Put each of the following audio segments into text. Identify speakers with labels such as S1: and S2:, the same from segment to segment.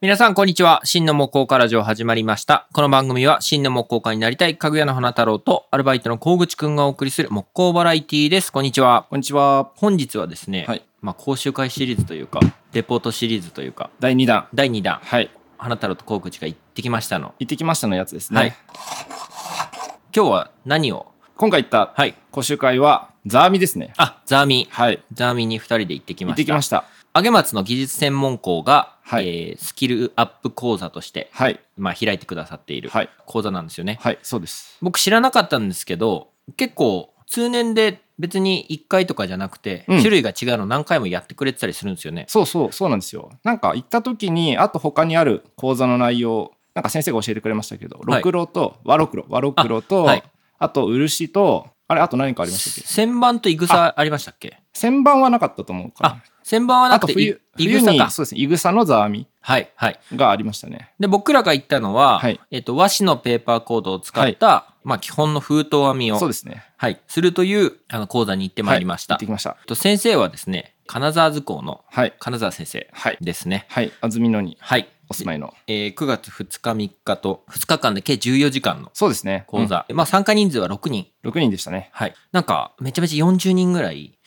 S1: 皆さん、こんにちは。真の木工家ラジオ始まりました。この番組は、真の木工家になりたい、かぐやの花太郎と、アルバイトの小口くんがお送りする木工バラエティです。こんにちは。
S2: こんにちは。
S1: 本日はですね、
S2: はい
S1: まあ、講習会シリーズというか、レポートシリーズというか、
S2: 第2弾。
S1: 第2弾、
S2: はい。
S1: 花太郎と小口が行ってきましたの。
S2: 行ってきましたのやつですね。
S1: はい。今日は何を
S2: 今回行った
S1: はい。
S2: 講習会は、ザーミですね。
S1: あ、ザーミー。
S2: はい。
S1: ザーミーに2人で行ってき
S2: 行っ
S1: ま
S2: て
S1: し
S2: き
S1: た。
S2: ました。
S1: 上松の技術専門校が、
S2: はい
S1: えースキルアップ講座として、
S2: はい。
S1: まあ、開いてくださっている
S2: はい
S1: 講座なんですよね。
S2: はい、そうです。
S1: 僕知らなかったんですけど結構通年で別に1回とかじゃなくて、
S2: うん
S1: 種類が違うの何回もやってくれてたりするんですよね。
S2: そうそう、そうなんですよ。なんか行った時に、あと他にある講座の内容、なんか先生が教えてくれましたけど、
S1: はい
S2: ろくろと、和ろくろ、和ろくろと、
S1: あ
S2: あ,、
S1: はい
S2: と漆と、あれ、あと何かありましたっけ
S1: 旋盤とイグサありましたっけ
S2: 旋盤はなかったと思うから
S1: あ。旋盤はな
S2: あ
S1: くて
S2: と
S1: イ
S2: 冬、
S1: イ
S2: 冬
S1: グサ
S2: に
S1: か、。
S2: そうですね、いぐさのザーミ
S1: はいはい、
S2: がありましたね。
S1: で僕らが行ったのは、
S2: はい
S1: えっと和紙のペーパーコードを使った、まあ、基本の封筒編みを
S2: そう
S1: す,、
S2: ですね。
S1: はい、するというあの講座に行ってまいりました。
S2: はい行ってきました
S1: えっ。と先生はですね金沢図工の
S2: はい。
S1: 金沢先生
S2: はい。
S1: ですね。
S2: はい。安曇野に
S1: はい、
S2: お住まいの。
S1: えー9月2日3日と2日間で計14時間の
S2: そうですね。
S1: 講座、まあ参加人数は6人
S2: うん。6人でしたね。
S1: はいなんかめちゃめちゃ40人ぐらい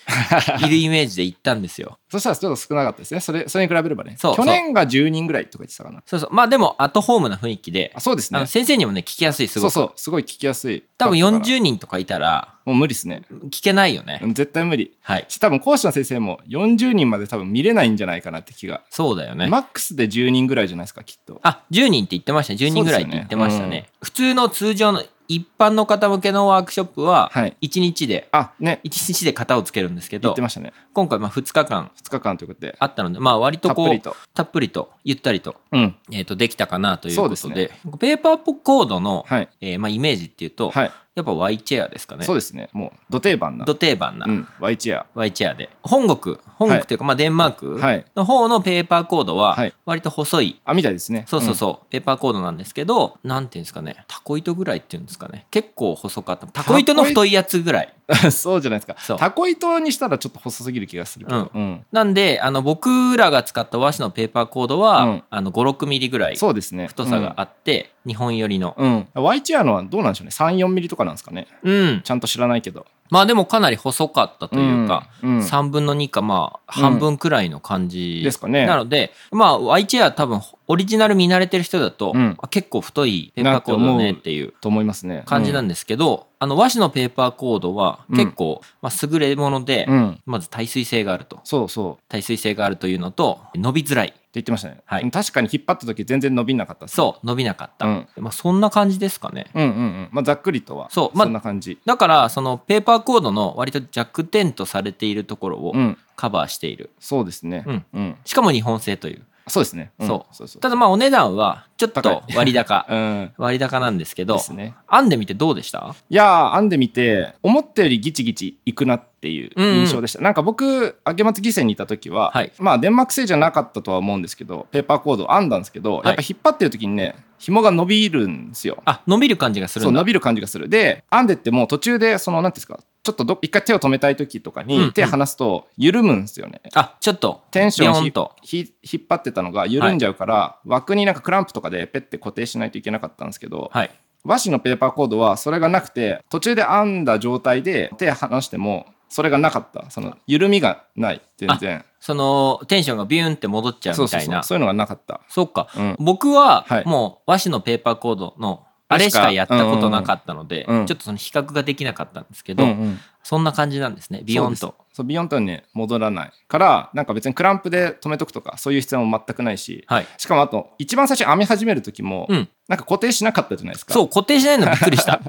S1: いるイメージで行ったんです よ
S2: そしたらちょっと少なかったですね。それそれに比べればね。
S1: そう
S2: 去年が10人ぐらいとか言ってたかな。
S1: そうそうまあでもアットホームな雰囲気で、
S2: あそうです
S1: あ
S2: ね
S1: の。先生にもね聞きやすいす
S2: そ
S1: ご
S2: う
S1: く
S2: そう。すごい聞きやすい。
S1: 多分
S2: だったから
S1: 40人とかいたら
S2: もう無理ですね。
S1: 聞けないよね、
S2: うん絶対無理。
S1: はい
S2: し多分講師の先生も40人まで多分見れないんじゃないかなって気が。
S1: そうだよね、
S2: マックスで10人ぐらいじゃないですか、きっと。
S1: あ10人って言ってましたね10人ぐらいって言ってましたね
S2: そうですよね
S1: 普通の通常の一般の方向けのワークショップは
S2: はい
S1: 1日で、
S2: あ、ね。
S1: 1日で型をつけるんですけ
S2: 言
S1: ど
S2: ってましたね。
S1: 今回まあ2日間
S2: 2日間ということで。
S1: あったのでまあ割
S2: た
S1: と
S2: っ
S1: こう
S2: ぷりと。
S1: たっぷりとゆったりと,、
S2: うん。
S1: えー、とできたかなということで
S2: そうで
S1: ペーパーコードの、
S2: はい。
S1: えーまあ、イメージっていうと、
S2: はい。
S1: やっぱ Y チェアですかね
S2: そうですね。もう、ど定番な。
S1: ど定番な
S2: うん。Y チェア。
S1: Y チェアで本国本国というか、まあ、デンマーク
S2: はい
S1: の方のペーパーコードは
S2: はい
S1: 割と細い、
S2: あ、みたいですね。
S1: そうそうそう、ペーパーコードなんですけどなんていうんですかねタコ糸ぐらいっていうんですかね結構細かったタコ糸の太いやつぐらい
S2: うん。 そうじゃないです
S1: そう
S2: か。タコ糸にしたらちょっと細すぎる気がするけど。
S1: う
S2: うん。
S1: なんであの僕らが使った和紙のペーパーコードは、
S2: うん
S1: あの56ミリぐらい
S2: そうですね。
S1: 太さがあって、日本寄りの
S2: うん。ワイチェアのはどうなんでしょうね。3、4ミリとかなんですかね。
S1: うん
S2: ちゃんと知らないけど。
S1: まあでもかなり細かったというか、
S2: うん、うん
S1: 3分の2かまあ半分くらいの感じ、
S2: ですかね
S1: なのでまあ Y チェア多分オリジナル見慣れてる人だと、
S2: うん
S1: あ結構太いペーパーコードだねっていう
S2: と思いますね。
S1: 感じなんですけど、あの和紙のペーパーコードは結構、まあ、優れもので、
S2: うん、うん。
S1: まず耐水性があると
S2: そうそう。って
S1: 耐水性があるというのと伸びづらい
S2: 言ってましたね。
S1: はい
S2: 確かに引っ張った時全然伸びなかったです
S1: そう伸びなかった、
S2: うん
S1: まあ、そんな感じですかね
S2: うんうんうん。まあ、ざっくりとは。
S1: そうまあ
S2: そんな感じ。
S1: だからそのペーパーコードの割と弱点とされているところを
S2: うん。
S1: カバーしている、
S2: そうですね。
S1: うん。
S2: うん。
S1: しかも日本製という
S2: そうですね。ん
S1: そ
S2: そうそう。
S1: ただまあお値段はちょっと
S2: 高い
S1: 割 高
S2: うん。
S1: 割高なんですけど
S2: ですね。
S1: 編んでみてどうでした
S2: いやー、編んでみて、思ったよりギチギチいくなっていう印象でした。なんか僕、明松義仙にいた時は、
S1: はい
S2: まあ、デンマーク製じゃなかったとは思うんですけど、ペーパーコード編んだんですけど、
S1: い
S2: やっぱ引っ張ってる時にね、紐が伸びるんですよ。
S1: あ伸びる感じがする
S2: そうん
S1: だ
S2: 伸びる感じがするで編んでってもう途中でその何ていうんですかちょっとど一回手を止めたい時とか
S1: うんうん
S2: に手離すと緩むんですよね、
S1: あちょっと
S2: テンション
S1: ビヨ
S2: ひ
S1: ンと
S2: ひ引っ張ってたのが緩んじゃうから、枠になんかクランプとかでペッて固定しないといけなかったんですけど、
S1: はい
S2: 和紙のペーパーコードはそれがなくて途中で編んだ状態で手離してもそれがなかったその緩みがない全然
S1: そのテンションがビューンって戻っちゃう
S2: そう
S1: み
S2: そう
S1: た
S2: そ
S1: いうな
S2: そういうのがなかった
S1: そうか
S2: うん
S1: 僕は
S2: はい
S1: もう和紙のペーパーコードのあれしかやったことなかったので
S2: うんうんうん
S1: ちょっとその比較ができなかったんですけど
S2: うんうん
S1: そんな感じなんですねビヨーン
S2: そう
S1: と
S2: ですそうビヨンとね戻らないからなんか別にクランプで止めとくとかそういう必要も全くないし、
S1: はい
S2: しかもあと一番最初編み始める時も、
S1: うん
S2: なんか固定しなかったじゃないですか
S1: そう固定しないのびっくり した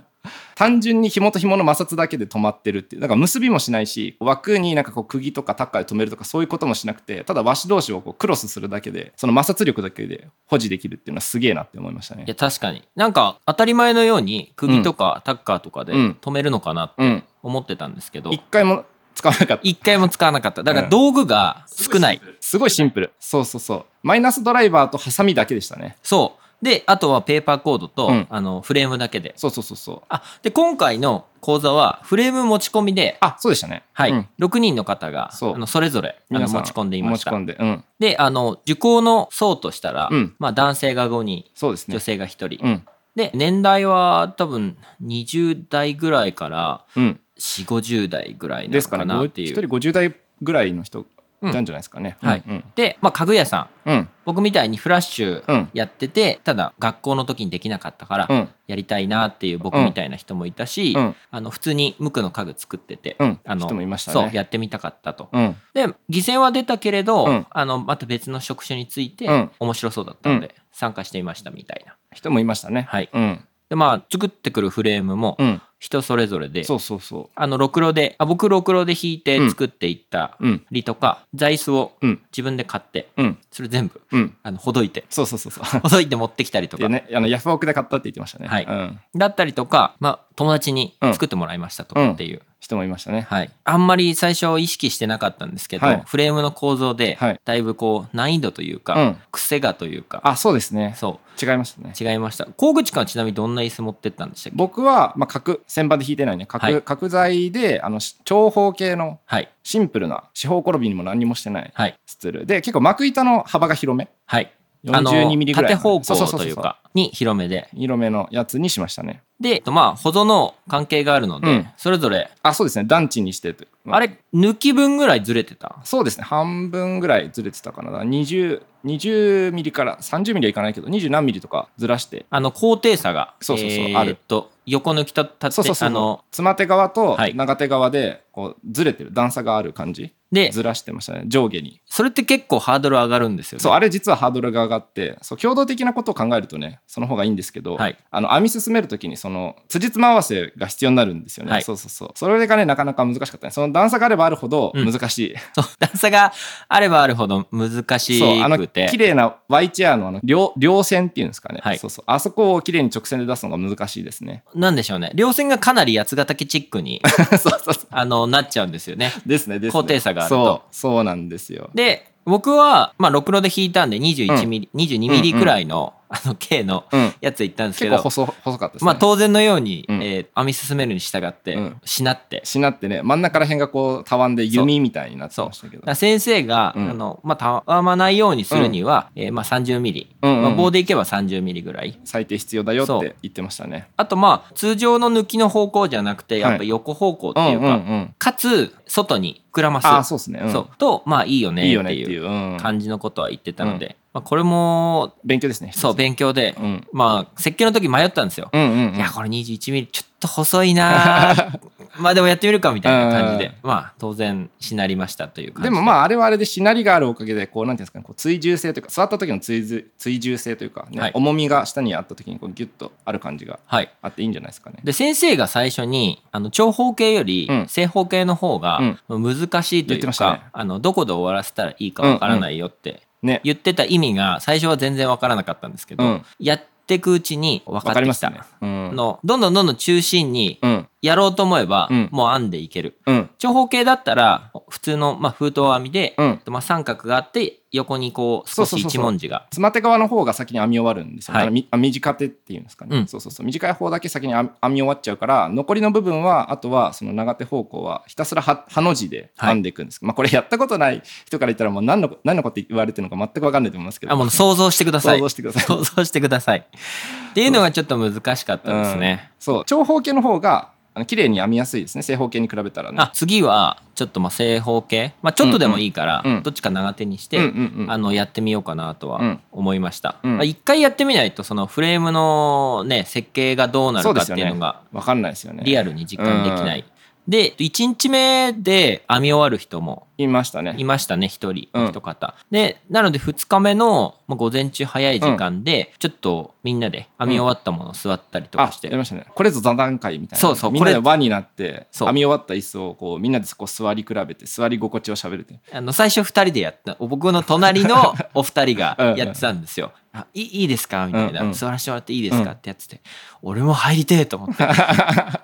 S2: 単純に紐と紐の摩擦だけで止まってるっていうだから結びもしないし枠になんかこう釘とかタッカーで止めるとかそういうこともしなくてただ和紙同士をこうクロスするだけでその摩擦力だけで保持できるっていうのはすげえなって思いました
S1: いや
S2: ね。
S1: 確かになんか当たり前のように釘とかタッカーとかで
S2: うん
S1: 止めるのかなって
S2: うん、
S1: 思ってたんですけど
S2: 一回も使わなかった
S1: 一回も使わなかっただから
S2: うん
S1: 道具が少ない
S2: すごいシンプルそうそうそうマイナスドライバーとハサミだけでしたね
S1: そう。で、あとはペーパーコードと、
S2: うん
S1: あの、フレームだけで。
S2: そうそうそうそう
S1: あ、で、今回の講座は、フレーム持ち込みで、
S2: あそうでしたね
S1: はい、
S2: うん
S1: 6人の方が、
S2: そう
S1: あのそれぞれあの
S2: 皆さ
S1: 持ち込んでいました
S2: 持ち。込んでうん
S1: で、あの、受講の層としたら、
S2: うん
S1: まあ、男性が5人、
S2: そうですね
S1: 女性が1人。
S2: うん
S1: で、年代は多分20代ぐらいから
S2: うん
S1: 4、50代ぐらいな
S2: で
S1: の
S2: すか
S1: からな
S2: ご
S1: って
S2: 一
S1: い
S2: 人
S1: う。
S2: 50代ぐらいの人
S1: うん
S2: なんじゃないですかね、
S1: はい
S2: うん
S1: で、まあ、かぐやさん、
S2: うん
S1: 僕みたいにフラッシ
S2: う
S1: ュ
S2: ん
S1: やってて、ただ学校の時にできなかったから、
S2: うん
S1: やりたいなっていう僕みたいな人もいたし、
S2: うん
S1: あの普通に無垢の家具作ってて、
S2: うん
S1: あの
S2: 人もいましたね
S1: そうやってみたかったと。
S2: うん
S1: で犠牲は出たけれど、
S2: うん
S1: あのまた別の職種について、
S2: うん
S1: 面白そうだったので、参加してみましたみたいな。
S2: 人もいましたね
S1: はい、
S2: うん
S1: でまあ作ってくるフレームも
S2: うん
S1: 人それぞれで、
S2: そうそうそ
S1: あのろくろであ僕ろくろで引いて作っていった
S2: ううん
S1: りとか、座椅子を
S2: うん
S1: 自分で買って
S2: うん
S1: それ全部
S2: うん
S1: あのほどいて
S2: そうそうそうそう
S1: ほどいて持ってきたりとか、
S2: でねあのヤフオクで買ったって言ってましたね
S1: はい
S2: うん
S1: だったりとか、まあ、友達に作ってもらいましたとかっていう、
S2: 人もいましたね
S1: はい、あんまり最初意識してなかったんですけど、
S2: はい
S1: フレームの構造で
S2: はい
S1: だいぶこう難易度というか、
S2: うん
S1: 癖がというか
S2: あそうですね
S1: そ
S2: 違いましたね
S1: う違いました高口君はちなみにどんな椅子持ってったんでしたっけ
S2: 僕は、まあ、角旋盤で引いてないね角,、
S1: はい
S2: 角材であのし長方形の
S1: はい
S2: シンプルな四方転びにも何にもしてない
S1: はい
S2: スツールで結構幕板の幅が広め
S1: はいあの
S2: 42ミリぐらい
S1: 縦方
S2: そうそうそ
S1: 向
S2: う
S1: と
S2: そ
S1: いうかに広めで
S2: 色目のやつにしましたね
S1: でえっとまあ保存の関係があるので、
S2: うん
S1: それぞれ
S2: あそうですね団地にしてと
S1: あれ抜き分ぐらいずれてた
S2: そうですね半分ぐらいずれてたかな20 20ミリから30ミリはいかないけど20何ミリとかずらして
S1: あの高低差が
S2: そうそうそう
S1: えー
S2: ある
S1: っと横抜きと立って
S2: そうそうそう
S1: あの
S2: 妻手側と
S1: はい
S2: 長手側でこうずれてる段差がある感じ
S1: で
S2: ずらしてましたね上下に
S1: それって結構ハードル上がるんですよね
S2: そうあれ実はハードルが上がってそう共同的なことを考えるとねその方がいいんですけど、
S1: はい
S2: あの編み進めるときにその辻褄合わせが必要になるんですよね、
S1: はい
S2: そうそうそうそれがねなかなか難しかったねその段差があればあるほど
S1: うん
S2: 難しい、
S1: そう 段差があればあるほど難し
S2: そうあの
S1: くて
S2: 綺麗な Y チェアのあの両両線っていうんですかね、
S1: はい
S2: そうそうあそこを綺麗に直線で出すのが難しいですね
S1: なんでしょうね両線がかなり八ヶ岳チックに
S2: そうそうそう
S1: あのなっちゃうんですよね
S2: ですねですね
S1: 高低差がある
S2: そ
S1: と
S2: うそうなんですよ
S1: で僕はまあろくろで引いたんで21ミリ、22ミリ
S2: うんう
S1: く
S2: ん
S1: らいの,、あの径の
S2: うん
S1: やつ行ったんですけ
S2: 結
S1: ど、
S2: 構細細かったですね、
S1: まあ、当然のように、
S2: うん
S1: えー編み進めるに従って、
S2: うん
S1: しなって
S2: しなってね真ん中ら辺がこうたわんで弓みたいになってましたけど
S1: だから先生が、
S2: うん
S1: あのまあ、たわまないようにするには、えーまあ、30ミリ、
S2: うんうんうん
S1: まあ、棒でいけば30ミリぐらい
S2: 最低必要だよっ
S1: そう
S2: て言ってましたね
S1: あとまあ通常の抜きの方向じゃなくてやっぱ横方向っていうか、
S2: うんうんうん
S1: かつ外に膨らます
S2: あそうですね、うん
S1: そうとまあいいよね
S2: いいよ
S1: っ
S2: ね
S1: て
S2: って
S1: い
S2: いうう、うん
S1: 感じのことは言ってたので、まあ、これも
S2: 勉強ですね
S1: そう勉強で、
S2: うん
S1: まあ設計の時迷ったんですよ、
S2: うんうんうん
S1: いやこれ21ミリちょっと細いな ーまあでもやってみるかみたいな感じでまあ当然しなりましたという感じ
S2: でもまああれはあれでしなりがあるおかげでこうなんていうんですかねこう追従性というか座った時の追従追従性というかね、
S1: はい
S2: 重みが下にあった時にこうギュッとある感じが
S1: あはい
S2: あっていいんじゃないですかね
S1: で先生が最初にあの長方形より
S2: うん
S1: 正方形の方が難しいとい
S2: 言って
S1: う
S2: ました
S1: か、
S2: ね
S1: あのどこで終わらせたらいいかわからないよって
S2: ね
S1: 言ってた意味が最初は全然わからなかったんですけど、
S2: うん
S1: やってくうちに分か
S2: わ
S1: って
S2: かりま
S1: き
S2: す
S1: た、
S2: ねうん
S1: のどんどんどんどん中心に
S2: うん
S1: やろうと思えば、
S2: うん
S1: もう編んでいける
S2: うん
S1: 長方形だったら普通の、まあ、封筒編みで、
S2: うん
S1: まあ、三角があって横にこう少
S2: そ
S1: し
S2: うそうそう
S1: 一
S2: そう
S1: 文字が
S2: 妻手側の方が先に編み終わるんですよ、
S1: はい
S2: だからみあ短手っていうんですかね、
S1: うん
S2: そうそうそう短い方だけ先に編み終わっちゃうから残りの部分はあとはその長手方向はひたすらはハの字で編んでいくんです、まあこれやったことない人から言ったらもう何の何のこと言われてるのか全く分かんないと思いますけど
S1: あもう想像してくださ
S2: 想
S1: い
S2: 像してください
S1: 想像してくださいっていうのがちょっと難しかったですね、
S2: うんそう長方形の方があの綺麗に編みやすいですね正方形に比べたらね
S1: あ次はちょっとまあ正方形、まあ、ちょっとでもいいから、
S2: うんうん
S1: どっちか長手にして、
S2: うんうんうん
S1: あのやってみようかなと
S2: う
S1: は
S2: ん
S1: 思いました
S2: うん
S1: まあ一、回やってみないとそのフレームの、ね、設計がどうなる
S2: そう
S1: か
S2: で
S1: っ
S2: す
S1: て
S2: よ
S1: いう
S2: ね
S1: のが
S2: 分かんないですよね
S1: リアルに実感できない。で1日目で編み終わる人も
S2: 言いました
S1: い
S2: ね
S1: ましたね1人
S2: うん
S1: 1方、でなので2日目のまあ午前中早い時間でちょっとみんなで編み終わったものを座ったりと
S2: あ
S1: かし
S2: や
S1: て、
S2: りましたねこれぞ座談会みたいな
S1: そうそう
S2: みんなで
S1: これ
S2: 輪になって
S1: そう
S2: 編み終わった椅子をこうみんなでこう座り比べて座り心地をしゃべる って
S1: あの最初2人でやった僕の隣 のお二人
S2: うん
S1: が
S2: うん
S1: やってたんですよ。あいいいですかみたいな、
S2: うんうん
S1: 座らせてもらっていいですか、
S2: う
S1: っ
S2: ん
S1: てやってて俺も入りてえと思って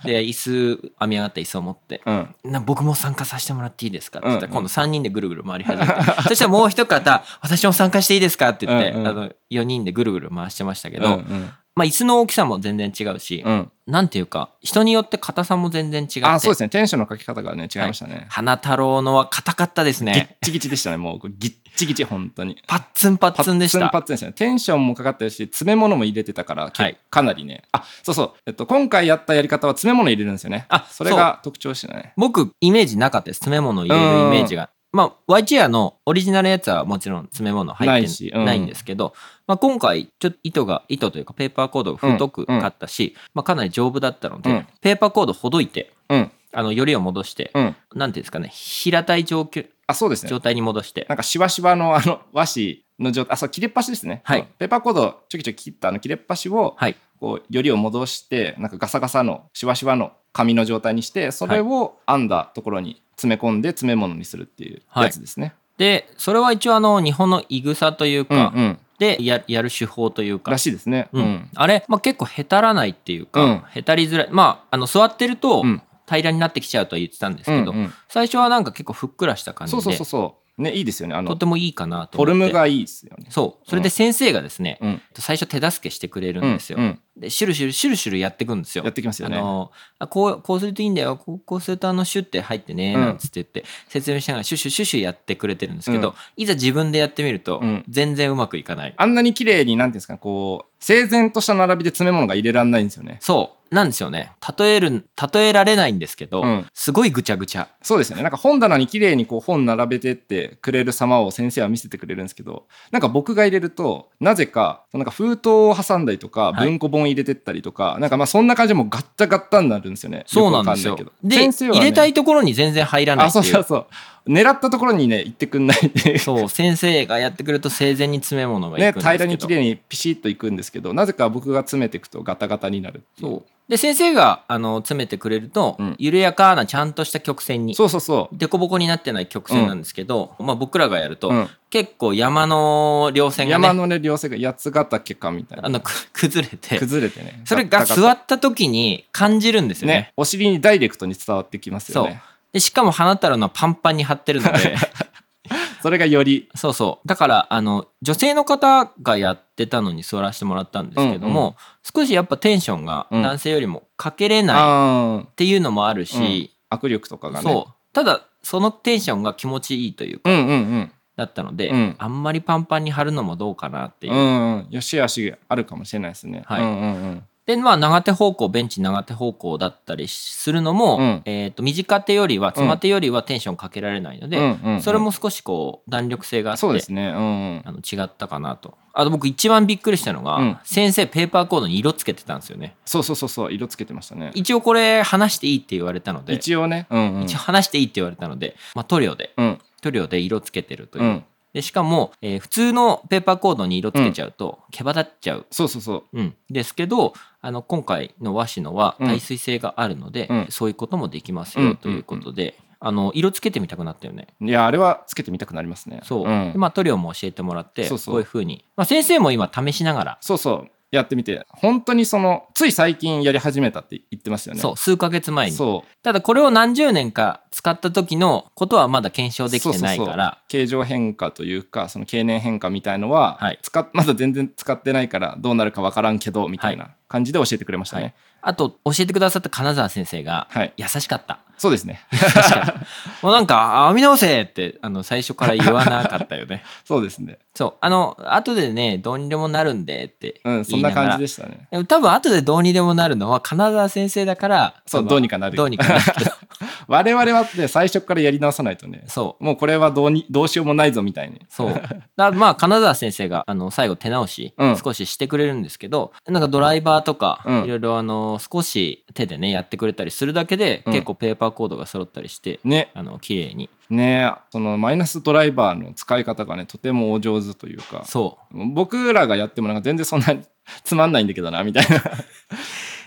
S1: で椅子編み上がった椅子を持って。
S2: うん
S1: な僕も参加させてもらっていいですかって言ったら、
S2: うんう
S1: 今度3人でぐるぐる回り始めてそしたらもう一方私も参加していいですかって言って、
S2: うんうん
S1: あの4人でぐるぐる回してましたけど、
S2: うんうん
S1: まあ椅子の大きさも全然違うし、
S2: うん
S1: なんていうか人によって硬さも全然違って
S2: あそうですねテンションのかけ方がね違いましたね、
S1: 花太郎のは硬かったです
S2: ギッ
S1: ね
S2: チギチでしたねもうこれギッチギチ本当に
S1: パッツンパッツンでし
S2: パッツン
S1: た
S2: パッツンでしたねテンションもかかってるし詰め物も入れてたから、け
S1: はい
S2: かなりねあそうそう、えっと、今回やったやり方は詰め物入れるんですよね
S1: あ
S2: それが特徴でしたね
S1: 僕イメージなかったです詰め物を入れるイメージが。まあ、YG アのオリジナルのやつはもちろん詰め物入ってな
S2: ないいしうん
S1: ないんですけど、まあ、今回ちょっと糸が糸というかペーパーコードが太くかったし、まあ、かなり丈夫だったので、
S2: うん
S1: ペーパーコードほどいて
S2: うん
S1: あのよりを戻して、
S2: うん
S1: なんていうんですかね平たい状況
S2: あそうですね
S1: 状態に戻して、
S2: なんかしわしわのあの和紙の状態あそう切れっ端ですね、
S1: はい
S2: ペーパーコードをちょきちょき切ったあの切れっ端を
S1: はい
S2: こうよりを戻してなんかガサガサのしわしわの紙の状態にしてそれを編んだところに詰め込んで詰め物にするっていうやつですね、
S1: でそれは一応あの日本のいぐさというか、
S2: うんうん
S1: でややる手法というか、
S2: らしいですね
S1: うんあれ、まあ、結構へたらないっていうか、
S2: うん
S1: へたりづらいまああの座ってると
S2: うん
S1: 平らになってきちゃうとは言ってたんですけど、
S2: うんうん
S1: 最初はなんか結構ふっくらした感じ
S2: そう
S1: で
S2: そうそうそうねいいですよねあの
S1: と
S2: フ
S1: てもいいかなと
S2: ォ
S1: 思
S2: ル
S1: って
S2: ムがいいですよね
S1: そうそれで先生がですね、
S2: うん
S1: 最初手助けしてくれるんですよ、
S2: うんうん
S1: でシュルシュルシュルシュルやっていくんですよ
S2: やってきますよね
S1: あのあこうこうするといいんだよこうこうするとあのシュッて入ってね
S2: うん
S1: なんつって言って説明しながらシュッシュッシュッシュッやってくれてるんですけど、
S2: うん
S1: いざ自分でやってみると
S2: うん
S1: 全然うまくいかない、
S2: あんなに綺麗になんていうんですかこう整然とした並びで詰め物が入れられないんですよね
S1: そうなんですよね例える例えられないんですけど、
S2: うん
S1: すごいぐちゃぐちゃ
S2: そうですよねなんか本棚に綺麗にこう本並べてってくれる様を先生は見せてくれるんですけどなんか僕が入れるとなぜかなんか封筒を挟んだりとか
S1: はい
S2: 文庫本入れてったりとか、なんかまあそんな感じでもうガッチャガッタになるんですよね
S1: そうなんですよ
S2: くわかんないけど
S1: で、
S2: 先生は、ね、
S1: 入れたいところに全然入らない
S2: あ
S1: って
S2: そう
S1: い
S2: そう
S1: う
S2: そう狙ったところにね行ってくんないっていう
S1: そう先生がやってくると生前に詰め物がいくんで
S2: ね、
S1: すけど、
S2: 平らに綺麗にピシッといくんですけどなぜか僕が詰めていくとガタガタになるってい
S1: そうで先生があの詰めてくれると、
S2: うん
S1: 緩やかなちゃんとした曲線に
S2: そうそうそう
S1: 凸凹になってない曲線なんですけど、まあ、僕らがやると、
S2: うん
S1: 結構山の稜線がね
S2: 山のね稜線が八ヶ岳かみたい
S1: あ
S2: な
S1: のく崩れて
S2: 崩れてね
S1: それが
S2: ガタガ
S1: 座った時に感じるんです
S2: タ
S1: よね
S2: ねお尻にダイレクトに伝わってきますよね
S1: でしかも花太郎のはパンパンに張ってるので
S2: それがより
S1: そうそうだからあの女性の方がやってたのに座らせてもらったんですけども、
S2: うん
S1: 少しやっぱテンションが
S2: うん
S1: 男性よりもかけれないっ
S2: あ
S1: ていうのもある
S2: ーうん
S1: し、
S2: 握力とかがね
S1: そうただそのテンションが気持ちいいというか
S2: うんうん
S1: だったので、
S2: うん
S1: あんまりパンパンに貼るのもどうかなって
S2: う
S1: い
S2: ん
S1: う、
S2: うんうんよしあしあるかもしれないですね
S1: はい
S2: うんうんうん
S1: でまあ長手方向ベンチ長手方向だったりするのも、
S2: うん
S1: えー、と短手よりは妻手よりはテンションかけられないので、
S2: うんうんうん
S1: それも少しこう弾力性があって
S2: そうですねうん
S1: あの違ったかなとあと僕一番びっくりしたのが、
S2: うん
S1: 先生ペーパーコードに色つけてたんですよね
S2: そうそうそうそう色つけてましたね
S1: 一応これ話していいって言われたので
S2: 一応ねうんうん
S1: 一応話していいって言われたので、まあ、塗料で
S2: うん
S1: 塗料で色つけてるという、
S2: うん
S1: でしかも、えー普通のペーパーコードに色つけちゃうと毛羽立っちゃう
S2: そうそうそう
S1: うん、ですけどあの今回の和紙のは
S2: うん
S1: 耐水性があるので、
S2: うん
S1: そういうこともできます
S2: うんうん
S1: よ
S2: うん
S1: ということで、あの色つけてみたくなったよね
S2: いやあれはつけてみたくなりますね
S1: そう、で
S2: ん
S1: まあ塗料も教えてもらって
S2: そうそう
S1: こういうふうに、まあ、先生も今試しながら、
S2: そうそうやってみて本当にそのつい最近やり始めたって言ってますよね
S1: そう数ヶ月前に
S2: そ
S1: ただこれを何十年か使った時のことはまだ検証
S2: う
S1: できてない
S2: そ
S1: か
S2: うそうそう
S1: ら
S2: 形状変化というかその経年変化みたいのは、
S1: はい
S2: 使っ まだ全然使ってないからどうなるかわからんけどみたいな感じで教えてくれましたね
S1: あと教えてくださった金沢先生が
S2: はい、
S1: 優しかった
S2: そうですね
S1: もうなんかあ「編み直せ!」ってあの最初から言わなかったよ ね
S2: そうですね
S1: そうあの後でねどうにでもなるんでって言いながら、
S2: うんそんな感じでしたね
S1: でも多分後でどうにでもなるのは金沢先生だから
S2: そう
S1: 多分
S2: どうにかなる
S1: どうにかなるけど
S2: 我々はね最初からやり直さないとね
S1: そう
S2: もうこれはどうにどうしようもないぞみたいに
S1: そうだまあ金沢先生があの最後手直し
S2: うん
S1: 少ししてくれるんですけど、なんかドライバーとか、
S2: うん
S1: いろいろあの少し手でねやってくれたりするだけで、
S2: うん
S1: 結構ペーパーコードが揃ったりして、
S2: ね
S1: あの綺麗に
S2: ねそのマイナスドライバーの使い方がねとてもお上手というか
S1: そう
S2: 僕らがやってもなんか全然そんなに つまんないんだけどなみたい な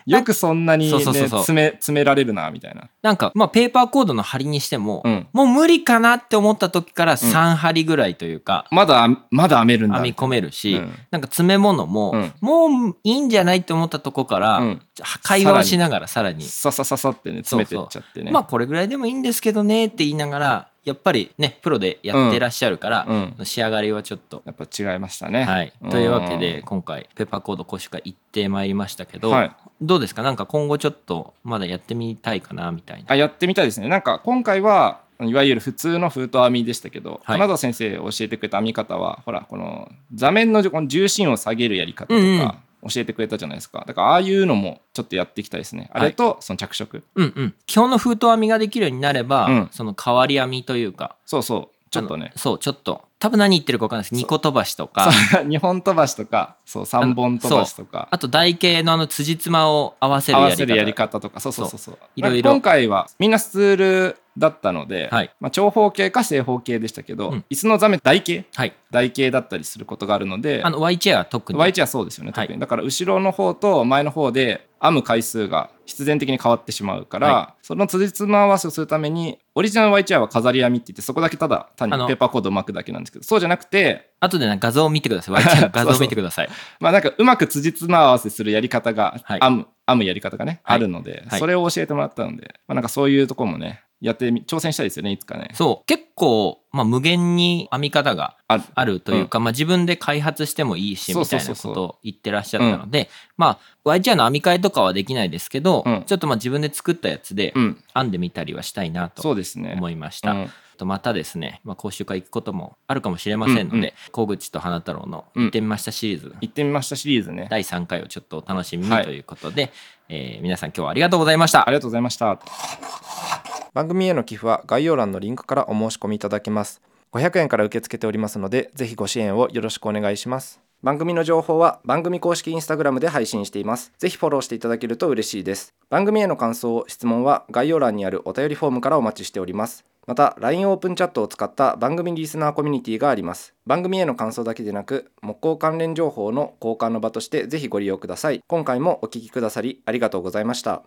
S2: よくそんなに、
S1: そ
S2: ね、
S1: うそうそうそう
S2: 詰め詰められるなみたいな
S1: なんかまあペーパーコードの張りにしても、
S2: うん
S1: もう無理かなって思った時から3針ぐらいというか、
S2: まだまだ編めるんだ
S1: 編み込めるし、
S2: うん
S1: なんか詰め物も、
S2: うん
S1: もういいんじゃないって思ったとこから、
S2: うん
S1: 会話をしながらさらに
S2: ささささってね詰めてっちゃってね
S1: まあこれぐらいでもいいんですけどねって言いながらやっぱりね、プロでやってらっしゃるから、
S2: うん、
S1: 仕上がりはちょっと。
S2: やっぱ違いましたね。
S1: はい
S2: うん。
S1: というわけで、今回、ペッパーコード講習会行ってまいりましたけど、
S2: はい
S1: どうですかなんか今後ちょっと、まだやってみたいかな、みたいな。
S2: あやってみたいですね。なんか今回はいわゆる普通の封筒編みでしたけど、
S1: はい
S2: 金沢先生教えてくれた編み方はほらこの座面のこの重心を下げるやり方と
S1: うんうん
S2: か教えてくれたじゃないですか、だからああいうのもちょっとやっていきたいですねあれとその着色、
S1: うんうん。基本の封筒編みができるようになれば、
S2: うん
S1: その変わり編みというか、
S2: そうそうちょっとね
S1: あのそう、ちょっと。多分何言ってるか分かんないです。
S2: そう
S1: 二個飛ばしとか、
S2: 2本飛ばしとかそう3本飛ばしとか
S1: あと台形のあの辻褄を合わせる
S2: 合
S1: やり方。
S2: わせるやり方とかそうそうそうそう
S1: いろいろ
S2: なんか今回はみんなスツールだったので、
S1: はい
S2: まあ、長方形か正方形でしたけど、
S1: うん
S2: 椅子の座面台形
S1: はい。
S2: 台形だったりすることがあるので
S1: あの、Y チェアは特に。
S2: Y 値はそうですよね、
S1: はい
S2: 特にだから後ろの方と前の方で編む回数が必然的に変わってしまうから、
S1: は
S2: その辻褄合わせをするためにオリジナル Y 値は飾り編みって言ってそこだけただ単に
S1: あの
S2: ペーパーコードを巻くだけなんですけどそうじゃなくて
S1: 後でね画像を見てください。Y チェアの画像を見てください。
S2: まあなんかうまく辻褄合わせするやり方が、
S1: はい
S2: 編む編むやり方がね、
S1: はい
S2: あるので
S1: はい
S2: それを教えてもらったので、まあ、なんかそういうところもねやってみ挑戦したいですよねいつかね。
S1: そう結構、まあ、無限に編み方が
S2: ある
S1: あるというか、まあ、自分で開発してもいいし
S2: そう
S1: み
S2: そ
S1: た
S2: う
S1: い
S2: そ
S1: な
S2: うそう
S1: ことを言ってらっしゃったのでまあ YGR の編み替えとかはできないですけど、
S2: うん
S1: ちょっとまあ自分で作ったやつで
S2: うん、
S1: 編んでみたりはしたいなと
S2: そうですね。
S1: 思いまし
S2: う
S1: た、
S2: ん
S1: とまたですね、まあ、講習会行くこともあるかもしれませんので、
S2: うんうん
S1: 小口と花太郎の「
S2: うん
S1: 行ってみました」シリーズ、
S2: 行ってみましたシリーズね。
S1: 第3回をちょっとお楽しみに
S2: はい
S1: ということで、えー皆さん今日はありがとうございました
S2: ありがとうございました。
S3: 番組への寄付は概要欄のリンクからお申し込みいただけます500円から受け付けておりますのでぜひご支援をよろしくお願いします番組の情報は番組公式インスタグラムで配信していますぜひフォローしていただけると嬉しいです番組への感想質問は概要欄にあるお便りフォームからお待ちしておりますまた LINE オープンチャットを使った番組リスナーコミュニティがあります番組への感想だけでなく木工関連情報の交換の場としてぜひご利用ください今回もお聞きくださりありがとうございました